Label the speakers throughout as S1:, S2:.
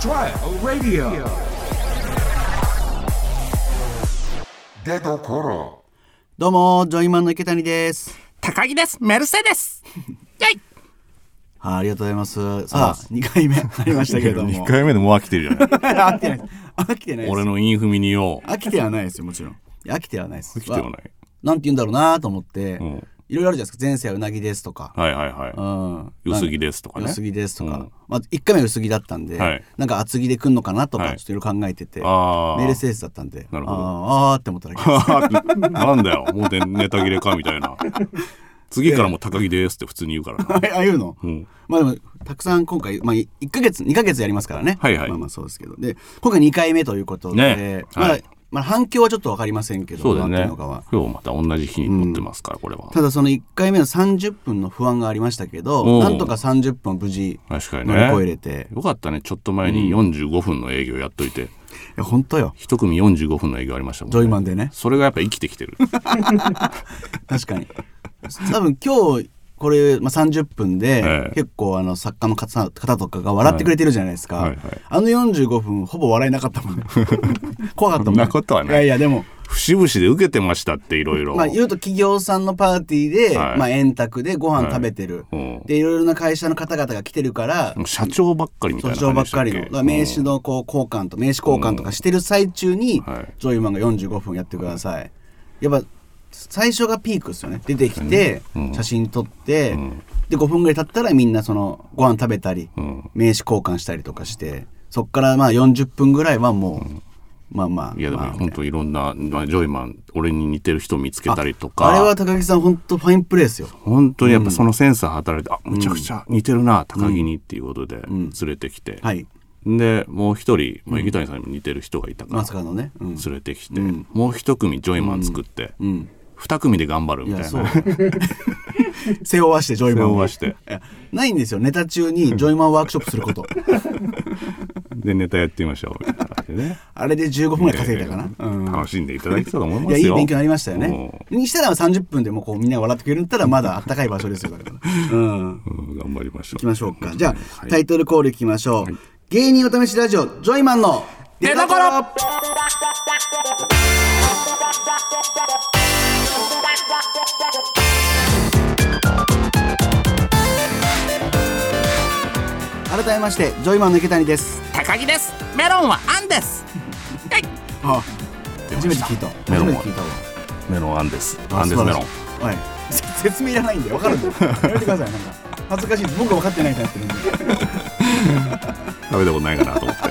S1: trial radio
S2: 出どころ
S3: どうもジョイマンの池谷です
S4: 高木ですメルセ デスイェイ
S3: あありがとうございますさあ二回目ありましたけれども
S5: 2回目でもう飽きてるじゃない
S3: 飽きてないです飽きてないです
S5: 俺のインフミニを
S3: 飽きてはないですよもちろんいや飽きてはないです
S5: 飽きてはない
S3: なんて言うんだろうなと思って、
S5: ん
S3: いろいろあるじゃないですか前世はうなぎですとか、
S5: はいはいは
S3: うん
S5: い薄着ですとかね
S3: 良すぎですとか、
S5: うん
S3: まあ、1回目は薄着だったんで、
S5: はい
S3: なんか厚着で来んのかなとか
S5: はい
S3: ちょっといろいろ考えてて、
S5: あー
S3: メールセースだったんであ
S5: なるほど
S3: ーあーって思っただけです
S5: い なんだよもうネタ切れかみた いな次からもう高木ですって普通に言うからな
S3: ああいうの、
S5: ん
S3: まあでもたくさん今回、まあ、1か月2か月やりますからね
S5: はいはい
S3: まあまあそうですけどで今回2回目ということで、
S5: ね
S3: まだ
S5: はい
S3: まあ、反響はちょっと分かりませんけど
S5: そうだよ
S3: なんてい
S5: ね
S3: うのかは
S5: 今日また同じ日に撮ってますからこれは
S3: ただその1回目の30分の不安がありましたけ
S5: お
S3: ど
S5: う
S3: なんとか30分を無事
S5: 確かに
S3: 乗り
S5: ね
S3: 越えれて、
S5: よかったねちょっと前に45分の営業やっといて
S3: いや本当よ
S5: 一組45分の営業ありましたもん
S3: ジョイ
S5: ね
S3: マンでね
S5: それがやっぱ生きてき てる
S3: 確かに多分今日これ、まあ、30分で、
S5: ええ
S3: 結構あの作家の方さ方とかが笑ってくれてるじゃないですか、
S5: はいはい
S3: あの45分ほぼ笑えなかったもんね 怖かったもんね
S5: そんなことはない
S3: やいやでも、
S5: 節々で受けてましたっていろいろ
S3: まあ、言うと企業さんのパーティーで、
S5: はい
S3: まあ、円卓でご飯食べてる、
S5: うん
S3: でいろいろな会社の方々が来てるから、
S5: 社長ばっかりみたい
S3: 訴
S5: な
S3: 状ば
S5: 感
S3: っ
S5: じでした
S3: か
S5: っけ
S3: りのだから名刺のこう交換と名刺交換とかしてる最中に、
S5: はい
S3: ジョイマンが45分やってください、やっぱ最初がピークですよね出てきて、写真撮って、で5分ぐらい経ったらみんなそのご飯食べたり、
S5: ん
S3: 名刺交換したりとかしてそっからまあ40分ぐらいはもう、まあまあ
S5: いやでも
S3: まあ
S5: 本当いろんな、まあ、ジョイマン俺に似てる人見つけたりとか
S3: あれは高木さん本当ファインプレーですよ
S5: 本当にやっぱそのセンサー働いて、あむちゃくちゃ似てるな、高木にっていうことで連れてきて、
S3: はい
S5: でもう一人、まあ、池谷さんにも似てる人がいたから、
S3: まさかのね、うん、
S5: 連れてきて、もう一組ジョイマン作って、二
S3: ん
S5: 組で頑張るみ
S3: い
S5: たい
S3: や
S5: な
S3: そう 背負わしてジョイマンを
S5: 電話して
S3: いやないんですよネタ中にジョイマンワークショップすること
S5: でネタやってみましょうみたいな感じでね
S3: あれで15分ぐらい稼いだかな、うん
S5: 楽しんでいただけたと思い
S3: い
S5: ます
S3: や
S5: よ
S3: いい勉強になりましたよね
S5: う
S3: にしたら30分でもうこうみんなが笑ってくれるんだったらまだあったかい場所ですよだからうん行
S5: んうん頑張りましょう
S3: きましょうかじゃあ、
S5: はい
S3: タイトルコールいきましょう、芸人お試しラジオジョイマンの
S4: 出所
S3: 改めましてジョイマンの池谷です
S4: 高木ですメロンはあんですイェイ
S3: あ初めて聞いた
S5: メロ
S3: 初
S5: ン
S3: め
S5: は
S3: て聞いたわ
S5: メロンアンデス
S3: あ
S5: アンデスメロン
S3: 素晴らしい はいせ説明いらないんでわかるんでやめてくださいなんか恥ずかしいです僕が分かってないとなってるんで
S5: 食べたことないかな と思って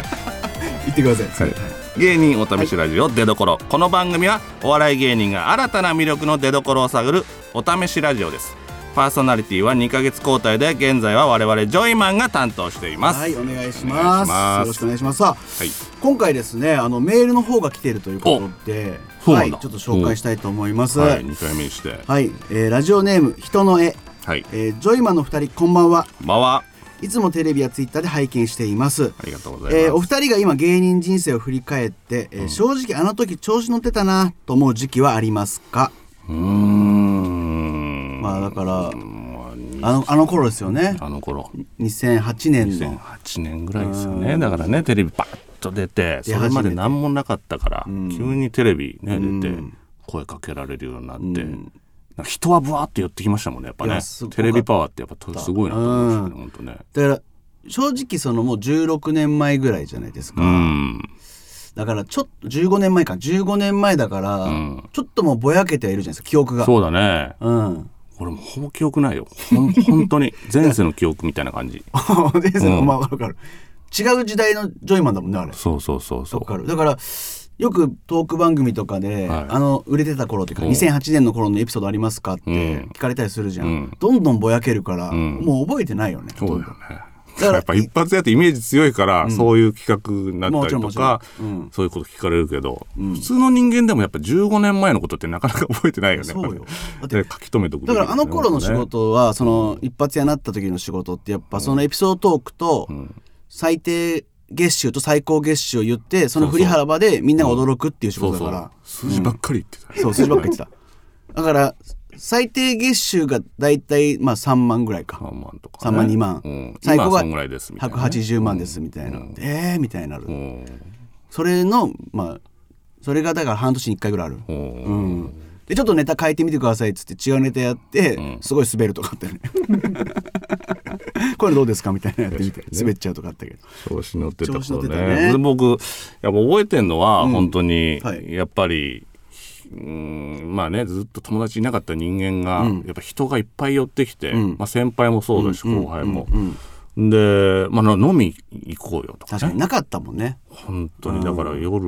S3: 言ってください、
S5: 芸人お試しラジオ出どころこの番組はお笑い芸人が新たな魅力の出どころを探るお試しラジオですパーソナリティは2ヶ月交代で現在は我々ジョイマンが担当しています
S3: はい、お願いし
S5: お願
S3: ま
S5: い
S3: す
S5: します
S3: よろしくお願いしますさあ、
S5: はい
S3: 今回ですねあのメールの方が来ているということで
S5: おそう
S3: は
S5: なん
S3: い、
S5: だ
S3: ちょっと紹介したいと思います
S5: は、
S3: はいい、
S5: 2回目にして
S3: えーラジオネーム人の絵、
S5: はい
S3: えージョイマンの二人こんばんは
S5: まはい
S3: つもテレビやツイッターで拝見しています
S5: ありがとうございます、
S3: えーお二人が今芸人人生を振り返って、えー正直あの時調子乗ってたなと思う時期はありますか、
S5: うーん
S3: まあだから
S5: まあに
S3: あのあの頃ですよね
S5: あの頃
S3: 2008年の
S5: 2008年ぐらいですよねだからねテレビバッと出てそ
S3: 出始めて
S5: れまで何もなかったから、急にテレビね出て声かけられるようになって、なんか人はブワーって寄ってきましたもんねやっぱ
S3: い
S5: ね
S3: やすごかった
S5: テレビパワーってやっぱすごいなと思いましたね本当ね
S3: だから正直そのもう16年前ぐらいじゃないですか、
S5: うん
S3: だからちょっと15年前か15年前だから、
S5: ん
S3: ちょっともうぼやけてはいるじゃないですか記憶が
S5: そうだね
S3: うん
S5: 俺もうほぼ記憶ないよほん本当に前世の記憶みたいな感じ
S3: でそのまあわかるわかる違う時代のジョイマンだもんねあれ
S5: そうそうそうそ
S3: わか
S5: う
S3: るだからよくトーク番組とかで、
S5: はい
S3: あの売れてた頃っていうか
S5: うん
S3: 2008年の頃のエピソードありますかって
S5: うん
S3: 聞かれたりするじゃん、
S5: うん
S3: どんどんぼやけるから、
S5: ん
S3: もう覚えてないよね
S5: そうだよね
S3: だから
S5: やっぱ一発やってイメージ強いから、そういう企画になったり
S3: も
S5: と
S3: ちろんも
S5: か
S3: ち、ろんうん
S5: そういうこと聞かれるけど、普通の人間でもやっぱ15年前のことってなかなか覚えてないよね
S3: そうよだ
S5: だ
S3: って
S5: 書き留めと
S3: だ
S5: くべき
S3: か
S5: だよね
S3: らあの頃の仕事はその一発屋になった時の仕事ってやっぱそのエピソードトークと最低月収と最高月収を言ってその振り払場でみんなが驚くっていう仕
S5: そ
S3: 事だか
S5: うそう
S3: ら
S5: 数字ばっかり言ってたね、
S3: そう数字ばっかり言ってただから最低月収がだいたいまあ3万ぐらいか
S5: 3万とか、
S3: 3万2万、
S5: うん、
S3: 最高
S5: 今は
S3: が
S5: そんぐらいですみたいな、
S3: 180万ですみたいな、えーみたいになる、
S5: うん
S3: それのまあそれがだから半年に1回ぐらいある、
S5: うん
S3: うんでちょっとネタ変えてみてくださいっつって違うネタやって、すごい滑るとかあったよね これどうですかみたいなやってみて滑っちゃうとかあったけど
S5: 調子乗ってた
S3: 調子乗
S5: こ
S3: って
S5: と
S3: た
S5: ね
S3: ね
S5: で僕やっぱ覚えてんのは、本当に、
S3: はい
S5: やっぱりうんまあねずっと友達いなかった人間が、やっぱ人がいっぱい寄ってきて、まあ、先輩もそうだし、後輩も、で、まあ、な飲み行こうよとか
S3: 確かになかったもんね
S5: 本当にだから夜、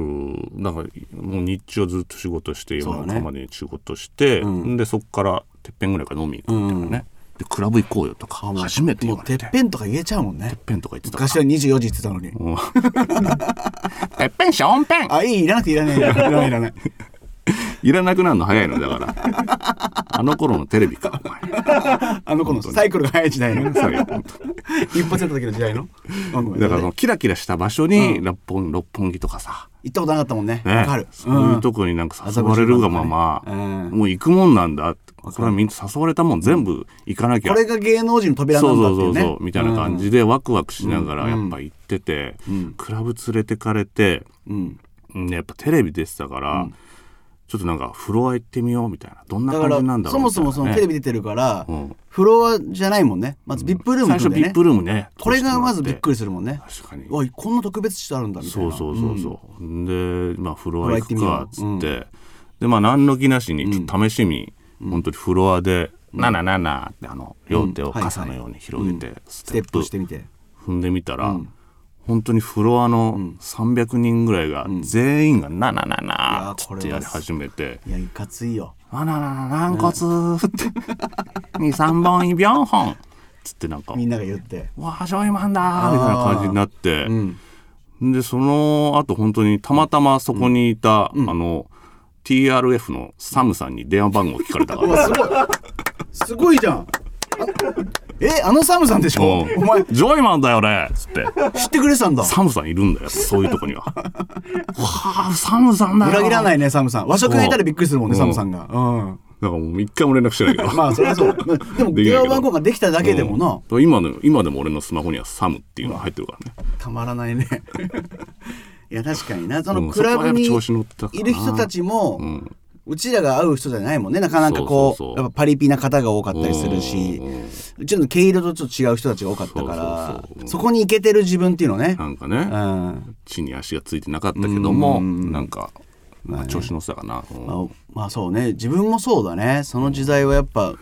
S5: なんかもう日中ずっと仕事して夜
S3: そうだ
S5: 中
S3: ね
S5: まで仕事して、でそこからてっぺんぐらいから飲み行くみたいなね、でクラブ行こうよとか初めて言
S3: も
S5: わ
S3: う
S5: れて
S3: てっぺんとか言えちゃうもんね
S5: てっぺんとか言ってたから
S3: 昔は24時って言ってたのに
S4: てっぺんションペン
S3: あいいいらなくていら ないいらないいらないいらない
S5: いらなくなるの早いのだからあの頃のテレビかお前
S3: あの子のサイクルが早い時代の
S5: そうよ本
S3: 一発やった時の時代のあごめん
S5: だからそのキラキラした場所に六本六本木とかさ、
S3: 行ったことなかったもんね
S5: ね
S3: わかる
S5: そういう
S3: と
S5: とこになんか誘われるがまま、
S3: 麻布十番とかねうん
S5: もう行くもんなんだってこれはみんな誘われたもん全部行かなきゃ
S3: これが芸能人の扉な
S5: そうん
S3: だ
S5: そ
S3: っ
S5: う
S3: てい
S5: そ
S3: ね
S5: ううそうみたいな感じでワクワクしながらやっぱ行ってて、クラブ連れてかれて、
S3: うん
S5: うんやっぱテレビ出てたから、ちょっとなんかフロア行ってみようみたいなどんな
S3: だか
S5: 感
S3: ら
S5: じなんだろ
S3: そうも
S5: み
S3: そ
S5: たいなね
S3: もそのテレビ出てるから、
S5: うん
S3: フロアじゃないもんねまず VIP ルーム組
S5: 最初
S3: んで
S5: ビ
S3: ね
S5: ップルームね
S3: これがまずびっく
S5: り
S3: りするもんね
S5: 確かに
S3: おいこんな特別室あるんだみたい
S5: そう
S3: な
S5: そうそうそう、でまあフロア行く
S3: フロア行っ
S5: かってつ
S3: みよう
S5: って、でまあ何の気なしにちょっと試しに、本当にフロアで「なななな」ってあの両手を傘のように広げて、ス
S3: ス
S5: テ
S3: テッ
S5: ッ
S3: プ
S5: プ
S3: してみて
S5: 踏んでみたら、本当にフロアの300人ぐらいが、全員が「なななな」っつってやり始めて
S3: いやいかついよ
S5: 「なななな軟骨」って 「23本4本」つってなんか
S3: みんなが言って
S5: わあジョイマンだーみたいな感じになって、でその後本当にたまたまそこにいた、あの TRF のサムさんに電話番号聞かれたか
S3: うわ
S5: ら
S3: すごいすごいじゃんあえあのサムさんでしょ
S5: う ん
S3: お前
S5: ジョイマンだよね」っつって
S3: 知ってくれてたんだ
S5: サムさんいるんだよそういうとこには。 わあサムさんだよ
S3: 裏切らないいねサムさん和食がいたらびっくりするもんね
S5: うん
S3: サムさんがうん
S5: なんかもう一回も連絡してないけど
S3: まあそりゃ そうだまあでも
S5: できないけど
S3: 電話番号ができただけでもな
S5: うん今の今でも俺のスマホにはサムっていうのが入ってるからね
S3: たまらない ねいや確かになそ
S5: うん
S3: のクラブにい
S5: そこはやっぱ調子乗ったかな
S3: る人たちも、うちらが会う人じゃないもんねなかなかこう
S5: そうそうそ
S3: や
S5: う
S3: っぱパリピな方が多かったりするし
S5: うんうん
S3: うちの毛色とちょっと違う人たちが多かったからそ
S5: そうそうそう
S3: こに行けてる自分っていうのね
S5: なんかね、
S3: うん
S5: 地に足がついてなかったけどもなんか、まあ、調子乗ってたかな、うん
S3: まあ、まあそうね自分もそうだねその時代はやっぱ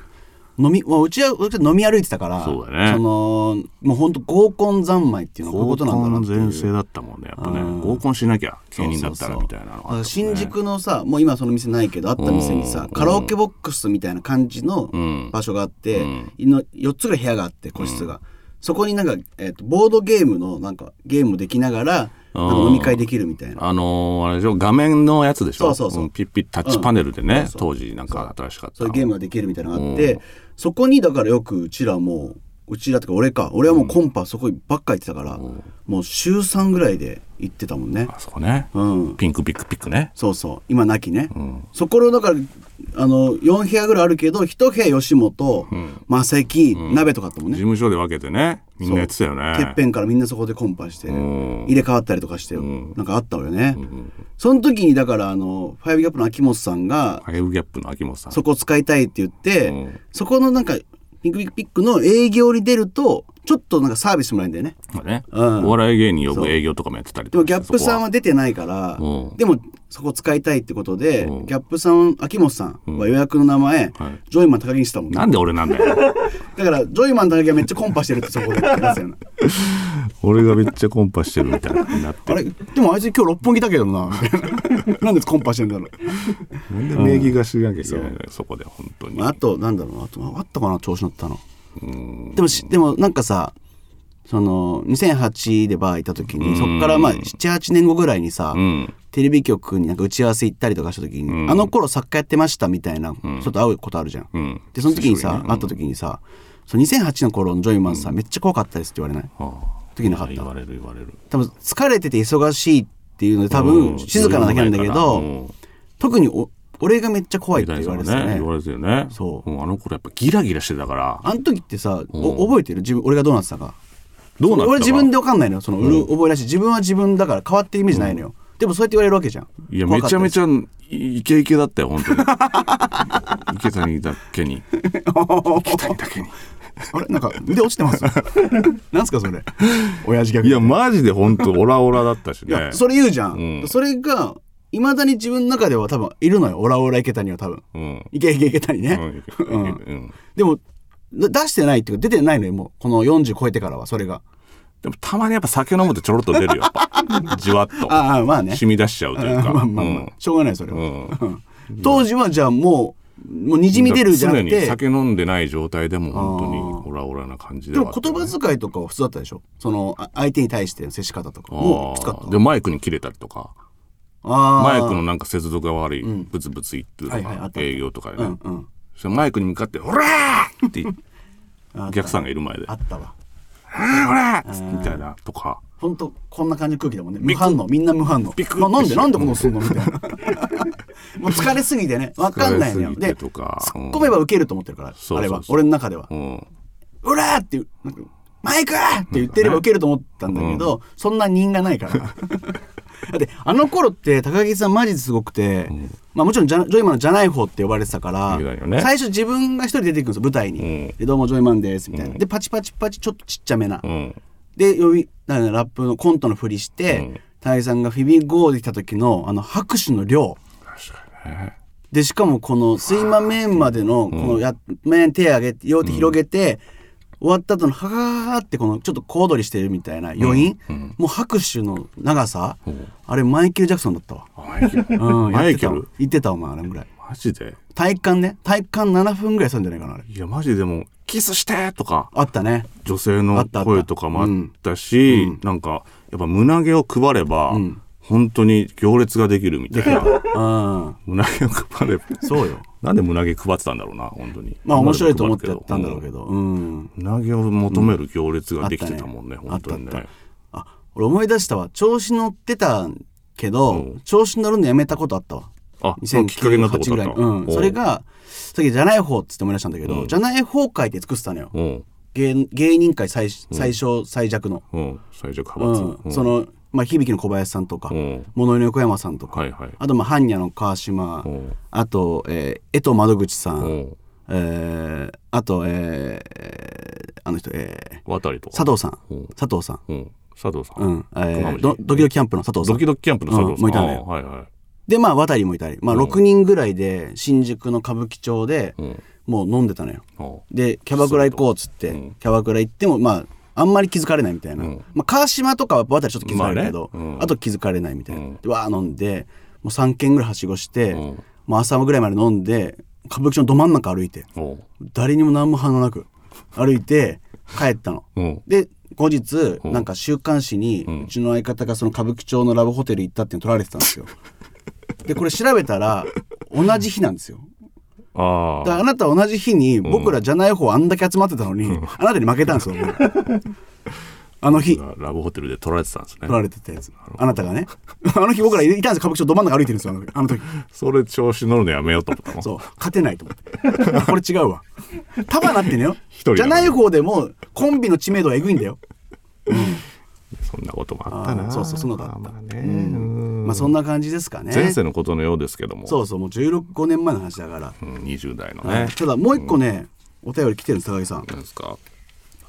S3: 飲み、まあ、うちはうちは飲み歩いてたから
S5: そうだね
S3: そのもうほんと合コン三昧っていうのはこういうこ
S5: 合
S3: となんだ
S5: コ
S3: な
S5: ン
S3: っていう
S5: 全盛だったもんねやっぱね
S3: うん
S5: 合コンしなきゃ
S3: そう
S5: 芸
S3: そう
S5: 人
S3: そ
S5: だ
S3: う
S5: ったらみたいなのがあったもんね
S3: 新宿のさもう今その店ないけどあった店に
S5: うん
S3: さカラオケボックスみたいな感じの
S5: ん
S3: 場所があって、
S5: うん
S3: の4つぐらい部屋があって個室が、そこになんか、えーとボードゲームのなんかゲームできながら
S5: うん
S3: なんか飲み会できるみたいな。
S5: あのーあれでしょ画面のやつでしょ
S3: そうそうそうん
S5: ピッピッタッチパネルでね、
S3: うんそうそ
S5: 当時なんか新しかった
S3: そういうゲームができるみたいなのがあって、そこにだからよくうちらもうちらとか俺か俺はもうコンパそこばっか行ってたから、もう週3ぐらいで行ってたもんね。
S5: あそこね、
S3: うん、
S5: ピンクピックピックね
S3: そうそう今なきね、そこのだからあの4部屋ぐらいあるけど1部屋吉本、マセキ鍋とかあったもんね、
S5: 事務所で分けてねみんなやってたよね
S3: てっぺんからみんなそこでコンパして、
S5: ん
S3: 入れ替わったりとかして、なんかあったわよね、その時にだからあのファイブギャップの秋元さんが
S5: ファイブギャップの秋元さん
S3: そこ使いたいって言って、
S5: うん
S3: そこのなんかピンクピックピックの営業に出るとちょっとなんかサービスもらえるんだよね
S5: がね、
S3: うん
S5: お笑い芸人呼ぶ営業とかもやってたり
S3: で
S5: と
S3: も
S5: か
S3: ギャップさん
S5: は
S3: は出てないから、
S5: うん
S3: でもそこ使いたいってことで、
S5: うん
S3: ギャップさん秋元さんは予約の名前、
S5: はい
S3: ジョイマン高木にしてたもんね
S5: なんで俺なんだよ
S3: だからジョイマン高木はめっちゃコンパしてるってそこで言ってますよね
S5: 俺がめっちゃコンパしてるみたいになって
S3: あれでもあいつ今日六本木だけどなみたい ななんでコンパしてんだろ
S5: なんで名義がしなきゃいけないのよそこで本当に
S3: うあとなんだろうあとあったかな調子乗ったのでもしでもなんかさその2008でバー行った時にそこからまあ78年後ぐらいにさ、
S5: うん
S3: テレビ局になんか打ち合わせ行ったりとかした時に、あの頃作家やってましたみたいな、ちょっと会うことあるじゃん、
S5: ん
S3: でその時にさ、会った時にさその2008の頃のジョイマンさ、めっちゃ怖かったですって言われない
S5: ああ
S3: 時なかった
S5: 言われる言われる
S3: 多分疲れてて忙しいっていうので多
S5: うん
S3: 分静かなだけなんだけ
S5: う
S3: ど
S5: ん
S3: 特にお俺がめっちゃ怖いって
S5: 偉
S3: 言
S5: いさ
S3: わ
S5: ん
S3: れ
S5: は
S3: てた
S5: ね
S3: ね
S5: 言われてるよね
S3: そうん
S5: あの頃やっぱギラギラしてたから
S3: あの時ってさ、お覚えてる自分俺がどうなってたか
S5: どうなったか
S3: 俺自分で分かんないのよその、うる覚えだし自分は自分だから変わってるイメージないのよ、でもそうやって言われるわけじゃん
S5: いや
S3: 怖
S5: め
S3: かっ
S5: ち
S3: た
S5: ゃめち
S3: ゃ
S5: ゃイケイケだったよ本当に 池谷だけに池谷だけに
S3: あれなんか腕落ちてます なんすかそれ親父ギャグ
S5: いやマジで本当オラオラだったし
S3: いや
S5: ね
S3: それ言うじゃん、
S5: うん
S3: それがいまだに自分の中では多分いるのよオラオラ池谷は多分
S5: うん
S3: いけいけいけ谷ね、
S5: うんうん
S3: でもな出してないっていうか出てないのよもうこの40超えてからはそれが
S5: でもたまにやっぱ酒飲むとちょろっと出るよやっ ぱじわっと
S3: ああまあね
S5: 染み出しちゃうという
S3: あ
S5: か
S3: まあまあまあ、しょうがないそれ
S5: う
S3: は、
S5: んうん
S3: 当時はじゃあもうもうにじみ出るじゃなく
S5: 常に
S3: て
S5: 酒飲んでない状態でも本当にオラオラな感じで
S3: で
S5: はあ
S3: も
S5: った
S3: 言葉遣いとかは普通だったでしょそのあ相手に対しての接し方とかもうきつかった
S5: あーでマイクに切れたりとか
S3: あー
S5: マイクのなんか接続が悪い、ブツブツ言ってる
S3: はい
S5: と
S3: はいあ
S5: か
S3: った
S5: 営業とかで
S3: う
S5: ね、
S3: んうん
S5: そしたらマイクに向かって「オラー!」って言って
S3: あ
S5: お客さんがいる前で「
S3: あ
S5: あ
S3: ったわ
S5: オラー!」みたいなとか
S3: 本当こんな感じの空気だもんね無反応みんな無反応まあなんでなんでこのすんのみたいなもう疲れすぎてねわかんないのよ
S5: 疲れすぎ
S3: で突
S5: てと
S3: っ
S5: かうん
S3: 込めば受けると思ってるから
S5: そうそうそう
S3: あれは俺の中では
S5: うん
S3: 「うら!」ってなんかマイク!」って言ってれば受けると思ったんだけど、そんな人がないから だってあの頃って高木さんマジですごくて、まあ、もちろんジャジョイマンの「じゃない方」って呼ばれてたから、
S5: いいわよね
S3: 最初自分が一人出てくるんですよ舞台に、
S5: うん
S3: で「どうもジョイマンです」みたいな、でパチパチパチちょっとちっちゃめな、
S5: うん
S3: で呼びなんかラップのコントのふりして、
S5: うん
S3: 高木さんがフィビーゴーで来た時のあの拍手の量でしかもこの睡魔面までのこのや、面手上げて両手広げて、終わった後のははーってこのちょっと小躍りしてるみたいな余韻、もう拍手の長さ、あれマイケル・ジャクソンだったわ、
S5: マイケル
S3: うん、
S5: マイケ
S3: やって
S5: ル
S3: た言ってたお前あれぐらい
S5: マジで
S3: 体感ね体感7分ぐらいしたんじゃないかなあれ
S5: いやマジでもう「キスして!」とか
S3: あったね
S5: 女性
S3: あ
S5: の
S3: ったあった
S5: 声とかもあったし、なんかやっぱ胸毛を配れば、本当に行列ができるみたいな
S3: うん
S5: 胸毛を配れば
S3: そうよ
S5: なんで胸毛配ってたんだろうな本当に
S3: まあ面白いと思ってやったんだろうけ
S5: ど、
S3: どうん
S5: う胸毛を求める行列ができてたもんね、
S3: うんあ
S5: 本
S3: ったね
S5: 当にね
S3: あったああ俺思い出したわ調子乗ってたけど、調子乗るのやめたことあったわ
S5: あそのきっかけになったことだった
S3: 2009 8ぐらいうん、それがさっきじゃない方っつって思い出したんだけど、じゃない方会って作ってたのよ
S5: おう
S3: 芸芸人界最最小最弱の、
S5: おう最弱
S3: う
S5: 派閥
S3: ん、その、まあ、響の小林さんとか、
S5: うん
S3: 物の横山さんとか、
S5: はいはい
S3: あと、まあ、般若の川島、
S5: ん
S3: あと、えー江藤窓口さん、
S5: うん
S3: えーあと、えーえーあの人、え
S5: 渡りと
S3: ー
S5: か
S3: 佐藤さん、
S5: うん
S3: 佐藤さん、
S5: うん、佐藤さん、
S3: うんえ
S5: 熊
S3: ー
S5: 本
S3: どドキドキキャンプの佐藤さ
S5: ド
S3: ん
S5: キドキキャンプの佐藤さん、
S3: うんもういたね
S5: あはいはい
S3: でまあ渡りもいたり、まあ、6人ぐらいで新宿の歌舞伎町で
S5: ん
S3: もう飲んでたのよ、
S5: おう
S3: でキャバクラ行こうっつって、
S5: ん
S3: キャバクラ行ってもまああんまり気づかれないみたいな、
S5: ん
S3: まあ、川島とかはやっぱ渡りちょっと気づかれるけど、あ
S5: まあねうん
S3: と気づかれないみたいな、
S5: うん
S3: でわー飲んでもう3軒ぐらいはしごして、
S5: ん
S3: もう朝ぐらいまで飲んで歌舞伎町のど真ん中歩いて
S5: おう
S3: 誰にも何も反応なく歩いて帰ったの。
S5: うん
S3: で後日なんか週刊誌にうちの相方がその歌舞伎町のラブホテル行ったっていうの撮られてたん ですよでこれ調べたら同じ日なんですよ
S5: あ
S3: だから
S5: あ
S3: あなたは同じ日に僕らじゃない方あんだけ集まってたのに、あなたに負けたんですよ 僕あの日
S5: ラブホテルで撮られてたんですね
S3: 撮られてたやつあなたがねあの日僕らいたんですよ歌舞伎町ど真ん中歩いてるんですよあの時あの時
S5: それ調子乗るのやめようと思ったの
S3: そう勝てないと思って これ違うわ束なってんのよ
S5: 人
S3: じ
S5: な
S3: ゃ
S5: のに
S3: ない方でもコンビの知名度はえぐいんだよ
S5: そんなこともあった
S3: あー
S5: な
S3: そうそうそんなことあった
S5: まあまあね、うん
S3: まあそんな感じですかね
S5: 前世のことのようですけども
S3: そうそうもう16年前の話だから、
S5: うん、20代のね
S3: ただもう一個ね、お便り来てるんです高木さん
S5: なんですか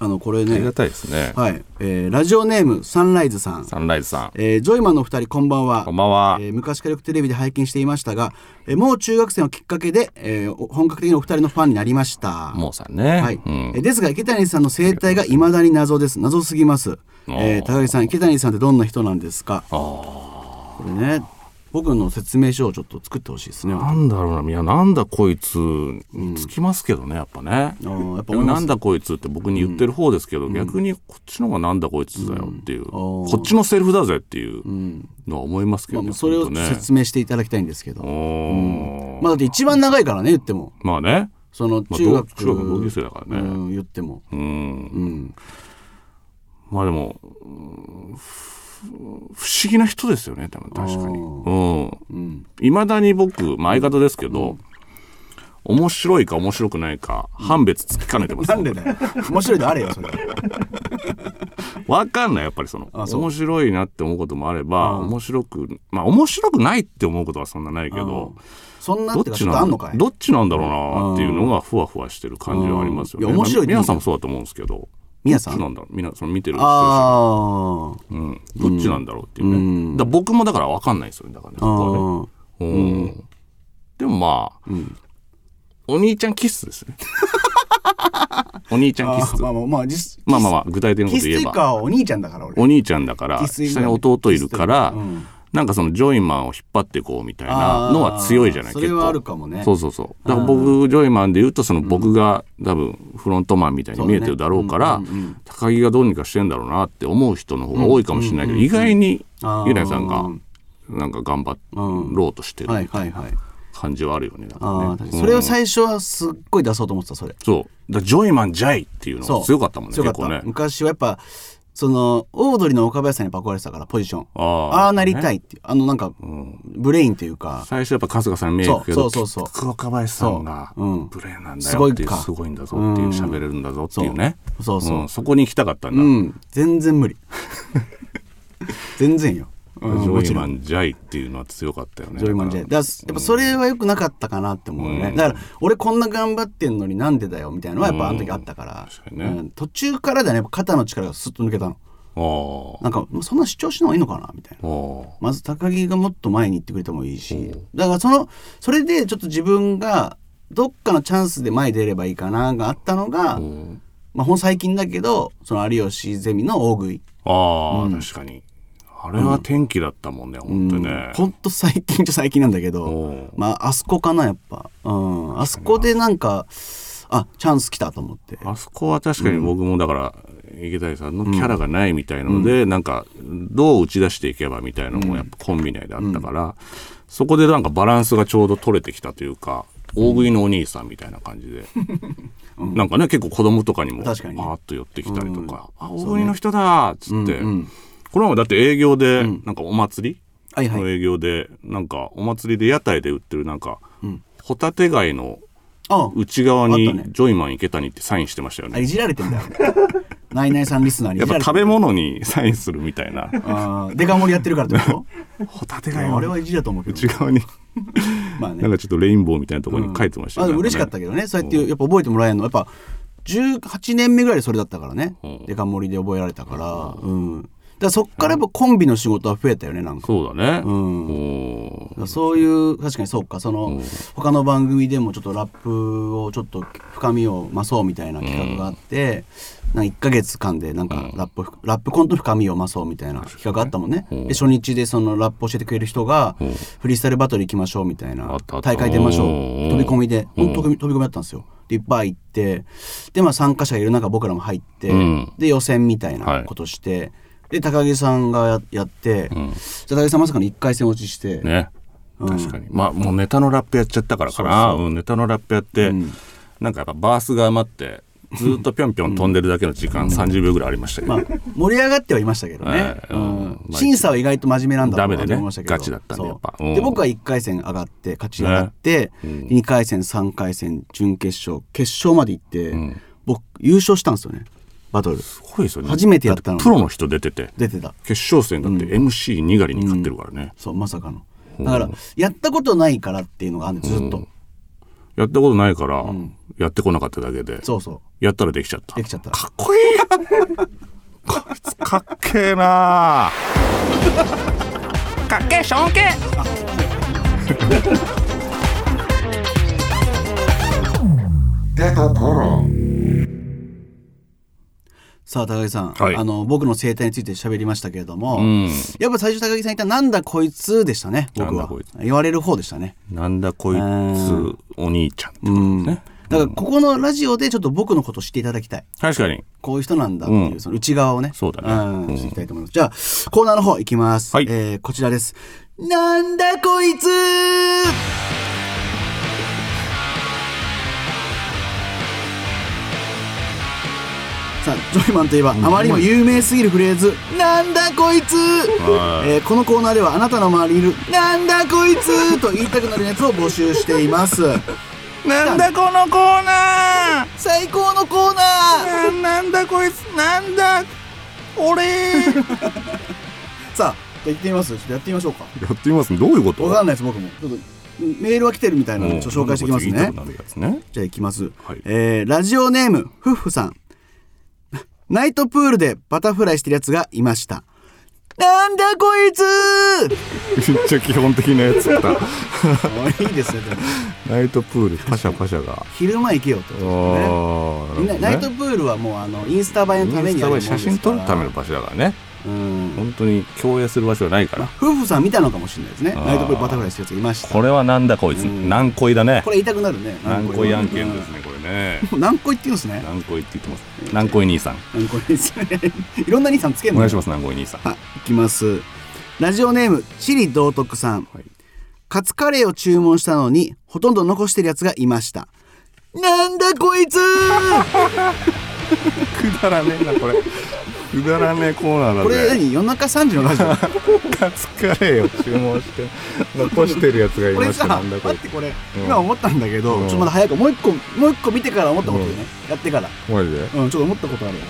S3: あのこれ
S5: あり
S3: ね
S5: がたいですね、
S3: はい、えーラジオネームサンライズさん
S5: サンライズさん
S3: えージョイマンのお二人こんばんは
S5: こんばんは
S3: えー昔からよくテレビで拝見していましたが、えーもう中学生をきっかけで、えーお本格的にお二人のファンになりました
S5: もうさんね、
S3: はい
S5: うん
S3: えーですが池谷さんの生態がいまだに謎です謎すぎます、えー高木さん池谷さんってどんな人なんですかこれね僕の説明書をちょっと作ってほしいですね
S5: なんだろうないやなんだこいつにつきますけどねやっぱね、
S3: ーやっぱ
S5: で
S3: 思
S5: も
S3: います
S5: なんだこいつって僕に言ってる方ですけど、逆にこっちの方がなんだこいつだよっていう、こっちのセリフだぜっていうのは思いますけど、ね
S3: まあ、それ
S5: ほ
S3: を
S5: んとね
S3: 説明していただきたいんですけど、
S5: おー
S3: まあだって一番長いからね言っても
S5: まあね
S3: その
S5: まあ
S3: 中学、
S5: 同中学の同級生だからね
S3: うん、言っても、
S5: うんまあでもうんふ不思議な人ですよね多分確かにうん
S3: うん
S5: いまだに僕、まあ、相方ですけど、面白いか面白くないか判別つきかねてます
S3: なんでだよ面白いのあれよそれ
S5: わかんないやっぱりその
S3: あそう
S5: 面白いなって思うこともあれば、
S3: うん
S5: 面白くまあ面白くないって思うことはそんなないけど、
S3: そんな
S5: ど
S3: っ
S5: って
S3: かち
S5: ち
S3: ょっと
S5: な
S3: あ
S5: ん
S3: んのかい
S5: どっちなんだろうなっていうのがふわふわしてる感じはありますよね。
S3: うんいや面白いって
S5: まあ皆さんもそうだと思うんですけど。
S3: 皆さん
S5: どっちなんだろう皆その見てる人
S3: あー
S5: うんどっちなんだろうっていうね。
S3: うん
S5: だから僕もだからわかんないですよねだからね
S3: あ
S5: そこはね。
S3: ー
S5: うんでもまあ、お兄ちゃんキッスですね。お兄ちゃんキッ
S3: あ
S5: ス。
S3: まあまあまあ実
S5: まあまあまあ具体的なこ
S3: キ
S5: と
S3: ス
S5: 言え
S3: イ
S5: ば。
S3: カはお兄ちゃんだから俺
S5: お兄ちゃんだから
S3: キス以
S5: 下
S3: 外
S5: に
S3: の
S5: 弟いるから、
S3: ん
S5: なんかそのジョイマンを引っ張っていこうみたいなのは強いじゃな
S3: あ
S5: い
S3: ーそ
S5: 結
S3: れ
S5: 構
S3: はあるかもね
S5: そうそうそうだから僕ジョイマンで言うとその僕が多分フロントマンみたいに見えてるだろうから高木がどうにかしてんだろうなって思う人の方が多いかもしれないけど意外に
S3: あー
S5: ユナイさんがなんか頑張ろうとして
S3: はい
S5: る
S3: はいはい
S5: 感じはあるよねだか
S3: あー
S5: ら
S3: 確か
S5: ね
S3: にそれ
S5: う
S3: を
S5: ん
S3: 最初はすっごい出そうと思ってたそれ
S5: そうだからジョイマンジャイっていうの
S3: そ
S5: が
S3: う
S5: 強かったもんね
S3: 強か
S5: 結
S3: った
S5: 構ね
S3: 昔はやっぱそのオードリーの岡林さんに憧れてたからポジション
S5: あー
S3: ああなりたいっていうあのなんかブレインというか
S5: 最初やっぱ春日さん目いくけど
S3: そうそうそうそう
S5: 結局若林さんが
S3: そううん
S5: ブレーなんだ
S3: すご
S5: よ
S3: い
S5: っていう
S3: か
S5: すごいんだぞっていう喋れるんだぞっていうね
S3: そうそうそうん
S5: そこに行きたかったんだ、
S3: うん全然 無理全然よ、うん
S5: ジ
S3: も
S5: ョ
S3: ち
S5: イ
S3: ろ
S5: マ
S3: ん
S5: ンジャイっていうのは強かったよね
S3: ジョイマンジェイだからやっぱそれは良くなかったかなって思うね、だから俺こんな頑張ってんのになんでだよみたいなのはやっぱあの時あったから、
S5: 確かにね
S3: うん途中からだねやっぱ肩の力がスッと抜けたの
S5: あー
S3: なんかもうそんな主張しない方がいいのかなみたいな
S5: あー
S3: まず高木がもっと前に行ってくれてもいいし、だからそのそれでちょっと自分がどっかのチャンスで前に出ればいいかながあったのが、まあほん最近だけどその有吉ゼミの大食い
S5: あー、確かにあれは天気だったもんね、本当にね、
S3: ほんと最近じゃ最近なんだけ
S5: おう
S3: どまああそこかなやっぱ、うん、あそこでなんかあチャンス来たと思って
S5: あそこは確かに僕もだから、池谷さんのキャラがないみたいなので、なんかどう打ち出していけばみたいなのもやっぱコンビ内であったから、そこでなんかバランスがちょうど取れてきたというか大食いのお兄さんみたいな感じで、 なんかね結構子供とかにもパ
S3: 確かにね
S5: ーッと寄ってきたりとか「あ大食いの人だ」っつって、これはもうだって営業でなんかお祭り、
S3: はいはい
S5: の営業でなんかお祭りで屋台で売ってるなんか、ホタテ貝の
S3: あ
S5: 内側
S3: あった
S5: に
S3: ね
S5: ジョイマン池谷ってサインしてましたよね
S3: あい。じられてんだよ ナイナイさんリスナーにい
S5: やっ
S3: じられて
S5: ぱ食
S3: んだ
S5: べ
S3: よ
S5: 物にサインするみたいな
S3: あーデカ盛りやってるからって こと
S5: ホタテ
S3: い
S5: が
S3: や
S5: よ
S3: 俺はいじりだと思うけど
S5: 内側に
S3: まあね
S5: なんかちょっとレインボーみたいなところに書いてました
S3: あ
S5: よ
S3: で
S5: ね
S3: も嬉しかったけどねそうやってやっぱ覚えてもらえるのやっぱ18年目ぐらいでそれだったからね、デカ盛りで覚えられたから、うんだからそっからやっぱコンビの仕事は増えたよねなんか
S5: そうだね
S3: ん
S5: おー
S3: そういう確かにそうかその他の番組でもちょっとラップをちょっと深みを増そうみたいな企画があって、なんか1か月間でなんかラップ、ラップコント深みを増そうみたいな企画があったもんね、で初日でそのラップを教えてくれる人がフリースタイルバトル行きましょうみたい
S5: あ
S3: な
S5: ったあった
S3: 大会出ましょう
S5: うん
S3: 飛び込みで本当飛び飛び込みだったんですよでいっぱい行ってでまあ参加者がいる中僕らも入って、
S5: ん
S3: で予選みたいなことして、で高木さんがややって、高木さんまさかの1回戦落ちして、
S5: ね確かにまあもうネタのラップやっちゃったからかなうんネタのラップやってなんかやっぱバースが余ってずーっとぴょんぴょん飛んでるだけの時間30秒ぐらいありましたけど
S3: まあ、盛り上がってはいましたけどね、
S5: ええ
S3: う
S5: う
S3: んん審査は意外と真面目なんだろう
S5: ダメ
S3: な
S5: で
S3: と
S5: ね
S3: 思いましたけど、
S5: ガチだったん
S3: そ
S5: で
S3: う
S5: やっぱうん
S3: で僕は1回戦上がって勝ち上がって、2回戦3回戦準決勝決勝まで行って、僕優勝したんですよねバトル
S5: すごいですよね
S3: 初めてやったの
S5: だってプロの人出てて
S3: 出てた
S5: 決勝戦だって MC にがりに勝ってるからね
S3: そうまさかのだからやったことないからっていうのがあるんでずっと、
S5: やったことないからやってこなかっただけで
S3: そうそ
S5: やったらできちゃった
S3: うできちゃった
S5: かっこいいやこいつ かっけえな
S4: かっけえしょんけえ
S2: 出どころ
S3: さあ高木さん、
S5: はい
S3: あの僕の生態について喋りましたけれども、やっぱ最初高木さん言った「なんだこいつ」でしたね僕
S5: なんだ
S3: は
S5: こいつ
S3: 言われる方でしたね
S5: なんだこいつ
S3: うん
S5: お兄ちゃんってことですね
S3: だからここのラジオでちょっと僕のことを知っていただきたい
S5: 確かに
S3: こういう人なんだっていう、
S5: うん
S3: その内側をね
S5: そうだね
S3: うん知りたいと思いますじゃあコーナーの方いきます、
S5: はい
S3: えーこちらですなんだこいつさあジョイマンといえばあまりにも有名すぎるフレーズ「なんだこいつ!」
S5: はい
S3: えーこのコーナーではあなたの周りにいる「なんだこいつ!」と言いたくなるやつを募集しています
S5: なんだこのコーナー
S3: 最高のコーナー
S5: ななんだこいつなんだ 俺
S3: さ
S5: や
S3: あじゃあ行ってみますちょっとやってみましょうか
S5: ってみますどういうこと
S3: わかんないです僕もちょっとメールは来てるみたいなのでちょっと紹介していきますね
S5: なんだこいつ言いたくなるやつね
S3: じゃあ行きます、
S5: はい
S3: えーラジオネームふっふさんナイトプールでバタフライしてるやつがいましたなんだこ いつ
S5: めっちゃ基本的なやつだった
S3: 可愛いですねでも
S5: ナイトプールパシャパシャが
S3: 昼間行けよってことですね
S5: ああ
S3: みんなナイトプールはもうあのインスタ映えのためにやるもんですか
S5: 写
S3: ら
S5: 真撮るための場所だからね
S3: うん
S5: 本当に共有する場所はないから
S3: 夫婦さん見たのかもしれないですね
S5: あー
S3: ナイトプールバタフライしてるやついました
S5: これはなんだこいつ
S3: うん
S5: 難恋だね
S3: これ言いたくなるね
S5: 難恋案件ですねこれね
S3: うん何個言って言うんですね
S5: 難恋って言ってます難恋兄さん
S3: 何個ですね いろんな兄さんつけるの
S5: お
S3: ね
S5: 願いします難恋兄さん
S3: はい、いきます。ラジオネーム、チリ道徳さん。
S5: はい
S3: カツカレーを注文したのに、ほとんど残してるやつがいました。なんだこ いつ
S5: くだらねえなこれくだらねえコーナーだ
S3: これ
S5: ね
S3: 何夜中3時の ラジオこ
S5: カツカレーを注文して残してるやつがい
S3: れ
S5: まし
S3: さ、
S5: たなんだこ
S3: 待
S5: れ
S3: ってこれ、
S5: うん
S3: 今思ったんだけど、
S5: うん
S3: ちょっとまだ早く、もう一個、もう一個見てから思ったことをね、やってから。
S5: マジで
S3: うん、ちょっと思ったことあるわ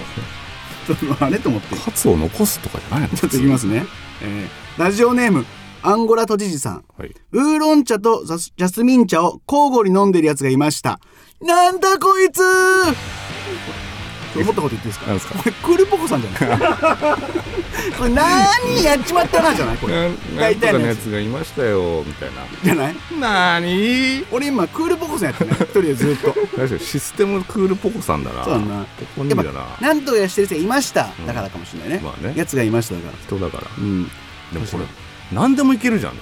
S3: ちょっとあれと思って。ち
S5: カツを残すとかじゃないの
S3: ょっといきますね。えーラジオネーム、アンゴラ都知事さん。
S5: はい
S3: ウーロン茶とザスジャスミン茶を交互に飲んでるやつがいました。なんだこいつ思ったこと言っていいですか
S5: なんですか
S3: これクールポコさんじゃ ないこれ何やっちまったなじゃないこれ。
S5: なん
S3: 大
S5: と
S3: 体
S5: か
S3: の
S5: の
S3: や
S5: や
S3: つ
S5: つがいましたよみたいな
S3: じゃない
S5: なーに
S3: 俺今クールポコさんやってね。 一人でずっと。
S5: 確かにシステムクールポコさんだな
S3: そうだな
S5: ポコに
S3: や
S5: だ
S3: っ
S5: な
S3: ぱ、なんとかしてる人がいました。だからかもしれないね。
S5: まあね
S3: やつがいましただから。
S5: 人だから
S3: うん。
S5: でもこれ何でもいけるじゃんこ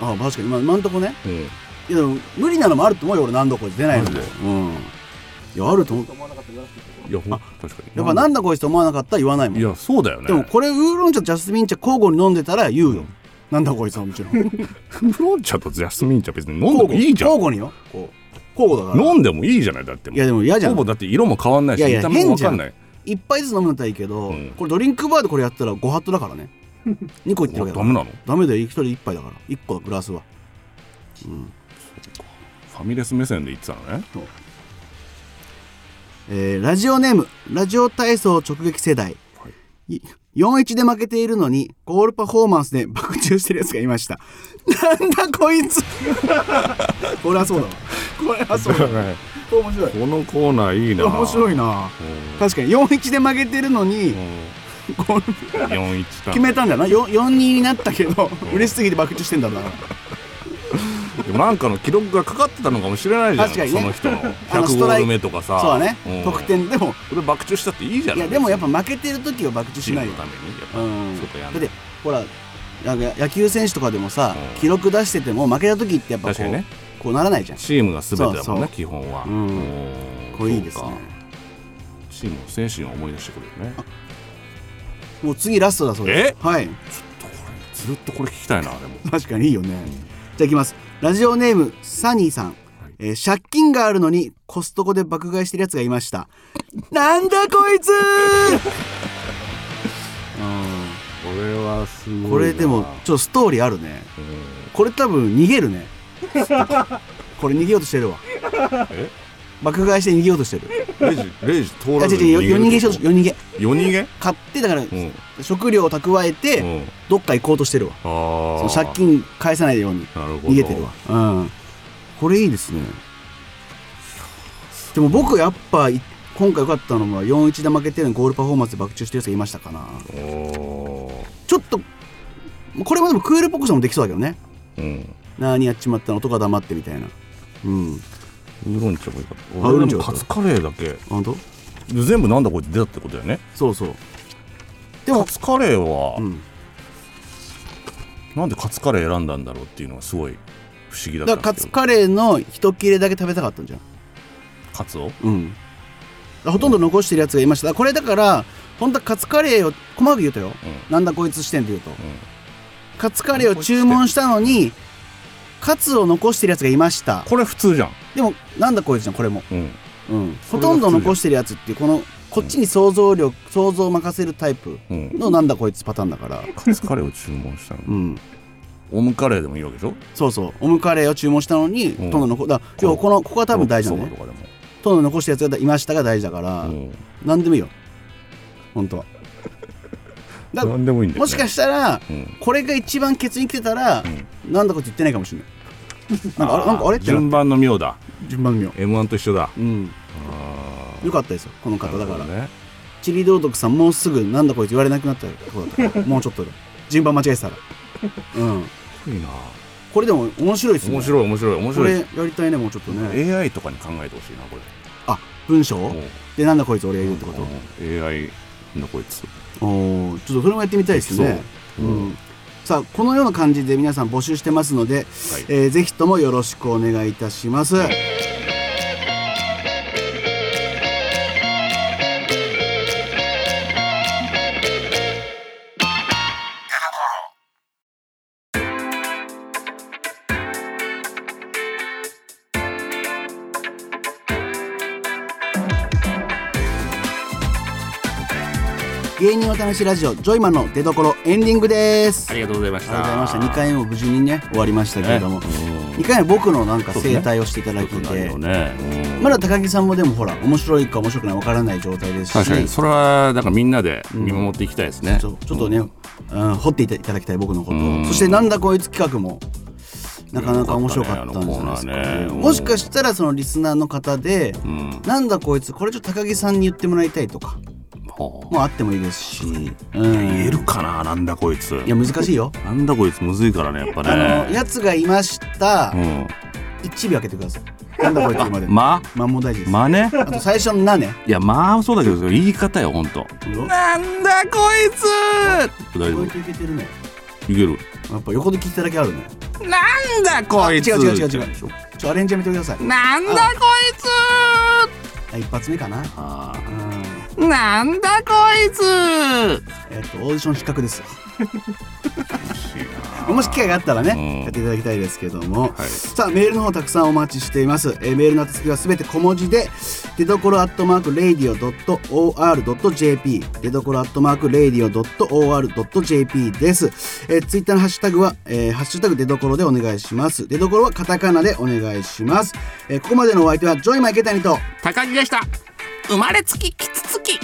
S3: ああ、確かに今、今んとこね。
S5: れ、うん、
S3: いや、でも無理なのもあると思うよ。俺何度こいつ出ないのも。
S5: マジ
S3: うん。いや、あると思う。
S5: いやほん確かに
S3: やっぱなんだこいつと思わなかったら言わないもん
S5: い。やそうだよね
S3: でもこれウーロン茶ジャスミン茶交互に飲んでたら言うよ、なんだこいつはもちろん 交
S5: フロン茶とジャスミン茶別に飲んでもいいじゃん
S3: 交互によこう交互だから
S5: 飲んでもいいじゃないだってもう
S3: いやでも嫌じゃん
S5: ほぼだって色も変わんないし
S3: いやいや
S5: 見た目も
S3: 変
S5: わ
S3: じゃ
S5: か
S3: ん
S5: んない
S3: 一杯ずつ飲むんだったらいいけど、
S5: うん
S3: これドリンクバーでこれやったら5ハットだから ね2個いってるわけだ
S5: ダ
S3: から
S5: メなの
S3: ダメだよ一人一杯だから1個だグラスは
S5: ファミレス目線で言ってたのね
S3: えーラジオネームラジオ体操直撃世代、
S5: はい
S3: 41で負けているのにゴールパフォーマンスで 爆中してるやつがいましたなんだこい つこれはそうだわこれはそうだわ面白い
S5: このコーナーいいな
S3: 面白いな確かに41で負けてるのにこう
S5: 四一
S3: 決めたんだよなよ4人になったけど嬉しすぎて爆中してんだろうな
S5: なんかの記録がかかってたのかもしれないじゃん
S3: 確かにね
S5: その人の
S3: あの
S5: 100ゴール目とかさ
S3: そうだね
S5: ん
S3: 得点でも
S5: これ爆注したっていいじゃん
S3: いやでもやっぱ負けてる時は爆中しないよ
S5: チームのためにやっぱ、
S3: うん
S5: そうかや
S3: だ
S5: ん
S3: っ
S5: な
S3: てほらなんか野球選手とかでもさ
S5: うん
S3: 記録出してても負けた時ってやっぱこ
S5: 確か
S3: う,、
S5: にね
S3: こうならないじゃん
S5: チームが全てだもんね
S3: そうそう
S5: 基本は、
S3: うん
S5: うん
S3: これいいです
S5: そう
S3: ね
S5: かチームの精神を思い出してくれるね
S3: もう次ラストだそうですはい
S5: ずっとこれ聞きたいなでも
S3: 確かにいいよね、じゃあいきますラジオネームサニーさん、えー借金があるのにコストコで爆買いしてるやつがいましたなんだこ いつう
S5: これはすごい
S3: んこれでもちょっとストーリーあるねこれ多分逃げるねこれ逃げようとしてるわ
S5: え
S3: 爆買いして逃げようとしてる
S5: レジレジ通
S3: あ違
S5: ら
S3: う
S5: ず
S3: 違う夜逃げしようと
S5: よ
S3: 夜逃げ
S5: 夜逃げ
S3: 買ってだから、
S5: ん
S3: 食料を蓄えて、
S5: うん
S3: どっか行こうとしてるわそ
S5: あ
S3: の
S5: あ
S3: 借金返さないように
S5: なるほど
S3: 逃げてるわうんこれいいですねでも僕やっぱい今回良かったのは4-1で負けてるのにゴールパフォーマンスで爆注してるやつがいましたかな
S5: おお
S3: ちょっとこれもでもクールポコさんもできそうだけどね
S5: ーうん
S3: 何やっちまったの男が黙ってみたいなうん
S5: ウーロン茶もいいかった
S3: あウーロン
S5: 俺
S3: 茶
S5: でもカツカレーだけ
S3: 本当
S5: 全部なんだこいつ出たってことだよね
S3: そうそうで
S5: カ
S3: も
S5: ツカレーは、
S3: うん
S5: なんでカツカレー選んだんだろうっていうのがすごい不思議だ
S3: だ
S5: っ
S3: からカ
S5: たんです
S3: ツ
S5: けど
S3: カレーの一切れだけ食べたかったんじゃん
S5: カツを
S3: うんほとんど残してるやつがいましたこれだから本当はカツカレーを細かく言うとよ、
S5: う
S3: なんだこいつ視点で言うと、カツカレーを注文したのにカツを残してるやつがいました
S5: これ普通じゃん、
S3: でもなんだこいつじゃんこれも、
S5: うん、
S3: うん、ほ
S5: それが
S3: とんど残してるやつっていうこのこっちに想像力想像を任せるタイプ
S5: うん、
S3: のなんだこいつパターンだから
S5: カツカレーを注文したの
S3: うん
S5: オムカレーでもいいわけでしょ
S3: そうそうオムカレーを注文したのに
S5: うん
S3: トンの残だ要はこのここが多分大事だ
S5: ロッ
S3: ね
S5: クソバとか
S3: トンの残したやつがいましたが大事だか
S5: で
S3: ら
S5: もうん
S3: 何でもいいよ本当はだ
S5: 何でもいいんだよね
S3: もしかしたら
S5: うん
S3: これが一番ケツに来てたらなんだこいつ言ってないかもしれないなんかあれなんかあれってな
S5: 順番の妙だ
S3: 順番見よ
S5: M1 と一緒だ
S3: ううん
S5: あ
S3: よかったですよこの方だから
S5: なるほどね
S3: チリ道徳さんもうすぐなんだこいつ言われなくなったことだ ったもうちょっとで順番間違えてたらうん
S5: いいな
S3: これでも面白いですね
S5: 面白い面白い面
S3: こ
S5: 白
S3: れ
S5: い
S3: やりたいねもうちょっとね
S5: AI とかに考えてほしいなこれ
S3: あ文章
S5: もう
S3: でなんだこいつ俺が言うってこ
S5: うん AI のこいつ
S3: とおおちょっとそれもやってみたいですね、
S5: そううん
S3: さあこのような感じで皆さん募集してますので、えーぜひともよろしくお願いいたします、芸人お試しラジオジョイマンの出所エンディングです
S5: ありがとうございまし
S3: あり
S5: た
S3: がとうございました2回目も無事にね終わりましたけれども、
S5: うん
S3: 2回目僕のなんか
S5: そうですね
S3: 整体をしていただいて
S5: そう
S3: て、
S5: なるよねうん
S3: まだ高木さんもでもほら面白いか面白くないわからない状態ですし
S5: 確かにそれはだからみんなで見守っていきたいですね
S3: ちょちょっとね、うん、掘っていただきたい僕のこと
S5: う
S3: を
S5: ん
S3: そしてなんだこいつ企画もなかなか面白かったんじゃないですか,、
S5: よかったねあのコーナーねうん
S3: もしかしたらそのリスナーの方で、
S5: うんは
S3: なんだこいつこれちょっと高木さんに言ってもらいたいとか
S5: あ
S3: もあってもいいですし、うん
S5: 言えるかななんだこいつ
S3: いや難しいよ、
S5: なんだこいつむずいからねやっぱね
S3: あのやつがいました、
S5: うん
S3: 一1秒開けてくださいなんだこいつまで、
S5: ま
S3: 間も大事です、
S5: まね
S3: あと最初の「な」ね
S5: いやまあそうだけど言い方よほんとなんだこいつ大丈
S3: こ
S5: 夫
S3: いついけてるね
S5: いける
S3: やっぱ横で聞いただけあるね
S5: なんだこいつ
S3: 違う違う違う違う
S5: でしょ
S3: ちょアレンジやめてください
S4: なんだこいつ
S3: あ一発目かな
S5: あー
S3: うん
S4: なんだこいつ
S3: えっと、オーディション失格です。もし機会があったらね、
S5: うん
S3: やっていただきたいですけども、
S5: はい
S3: さあメールの方たくさんお待ちしています、えーメールの宛先はすべて小文字で出どころアットマーク radio.or.jp 出どころアットマーク radio.or.jp です、えー、ツイッターのハッシュタグは、えーハッシュタグ出どころでお願いします出どころはカタカナでお願いします、えーここまでのお相手はジョイマイケタニと
S4: 高木でした生まれつきキツツキ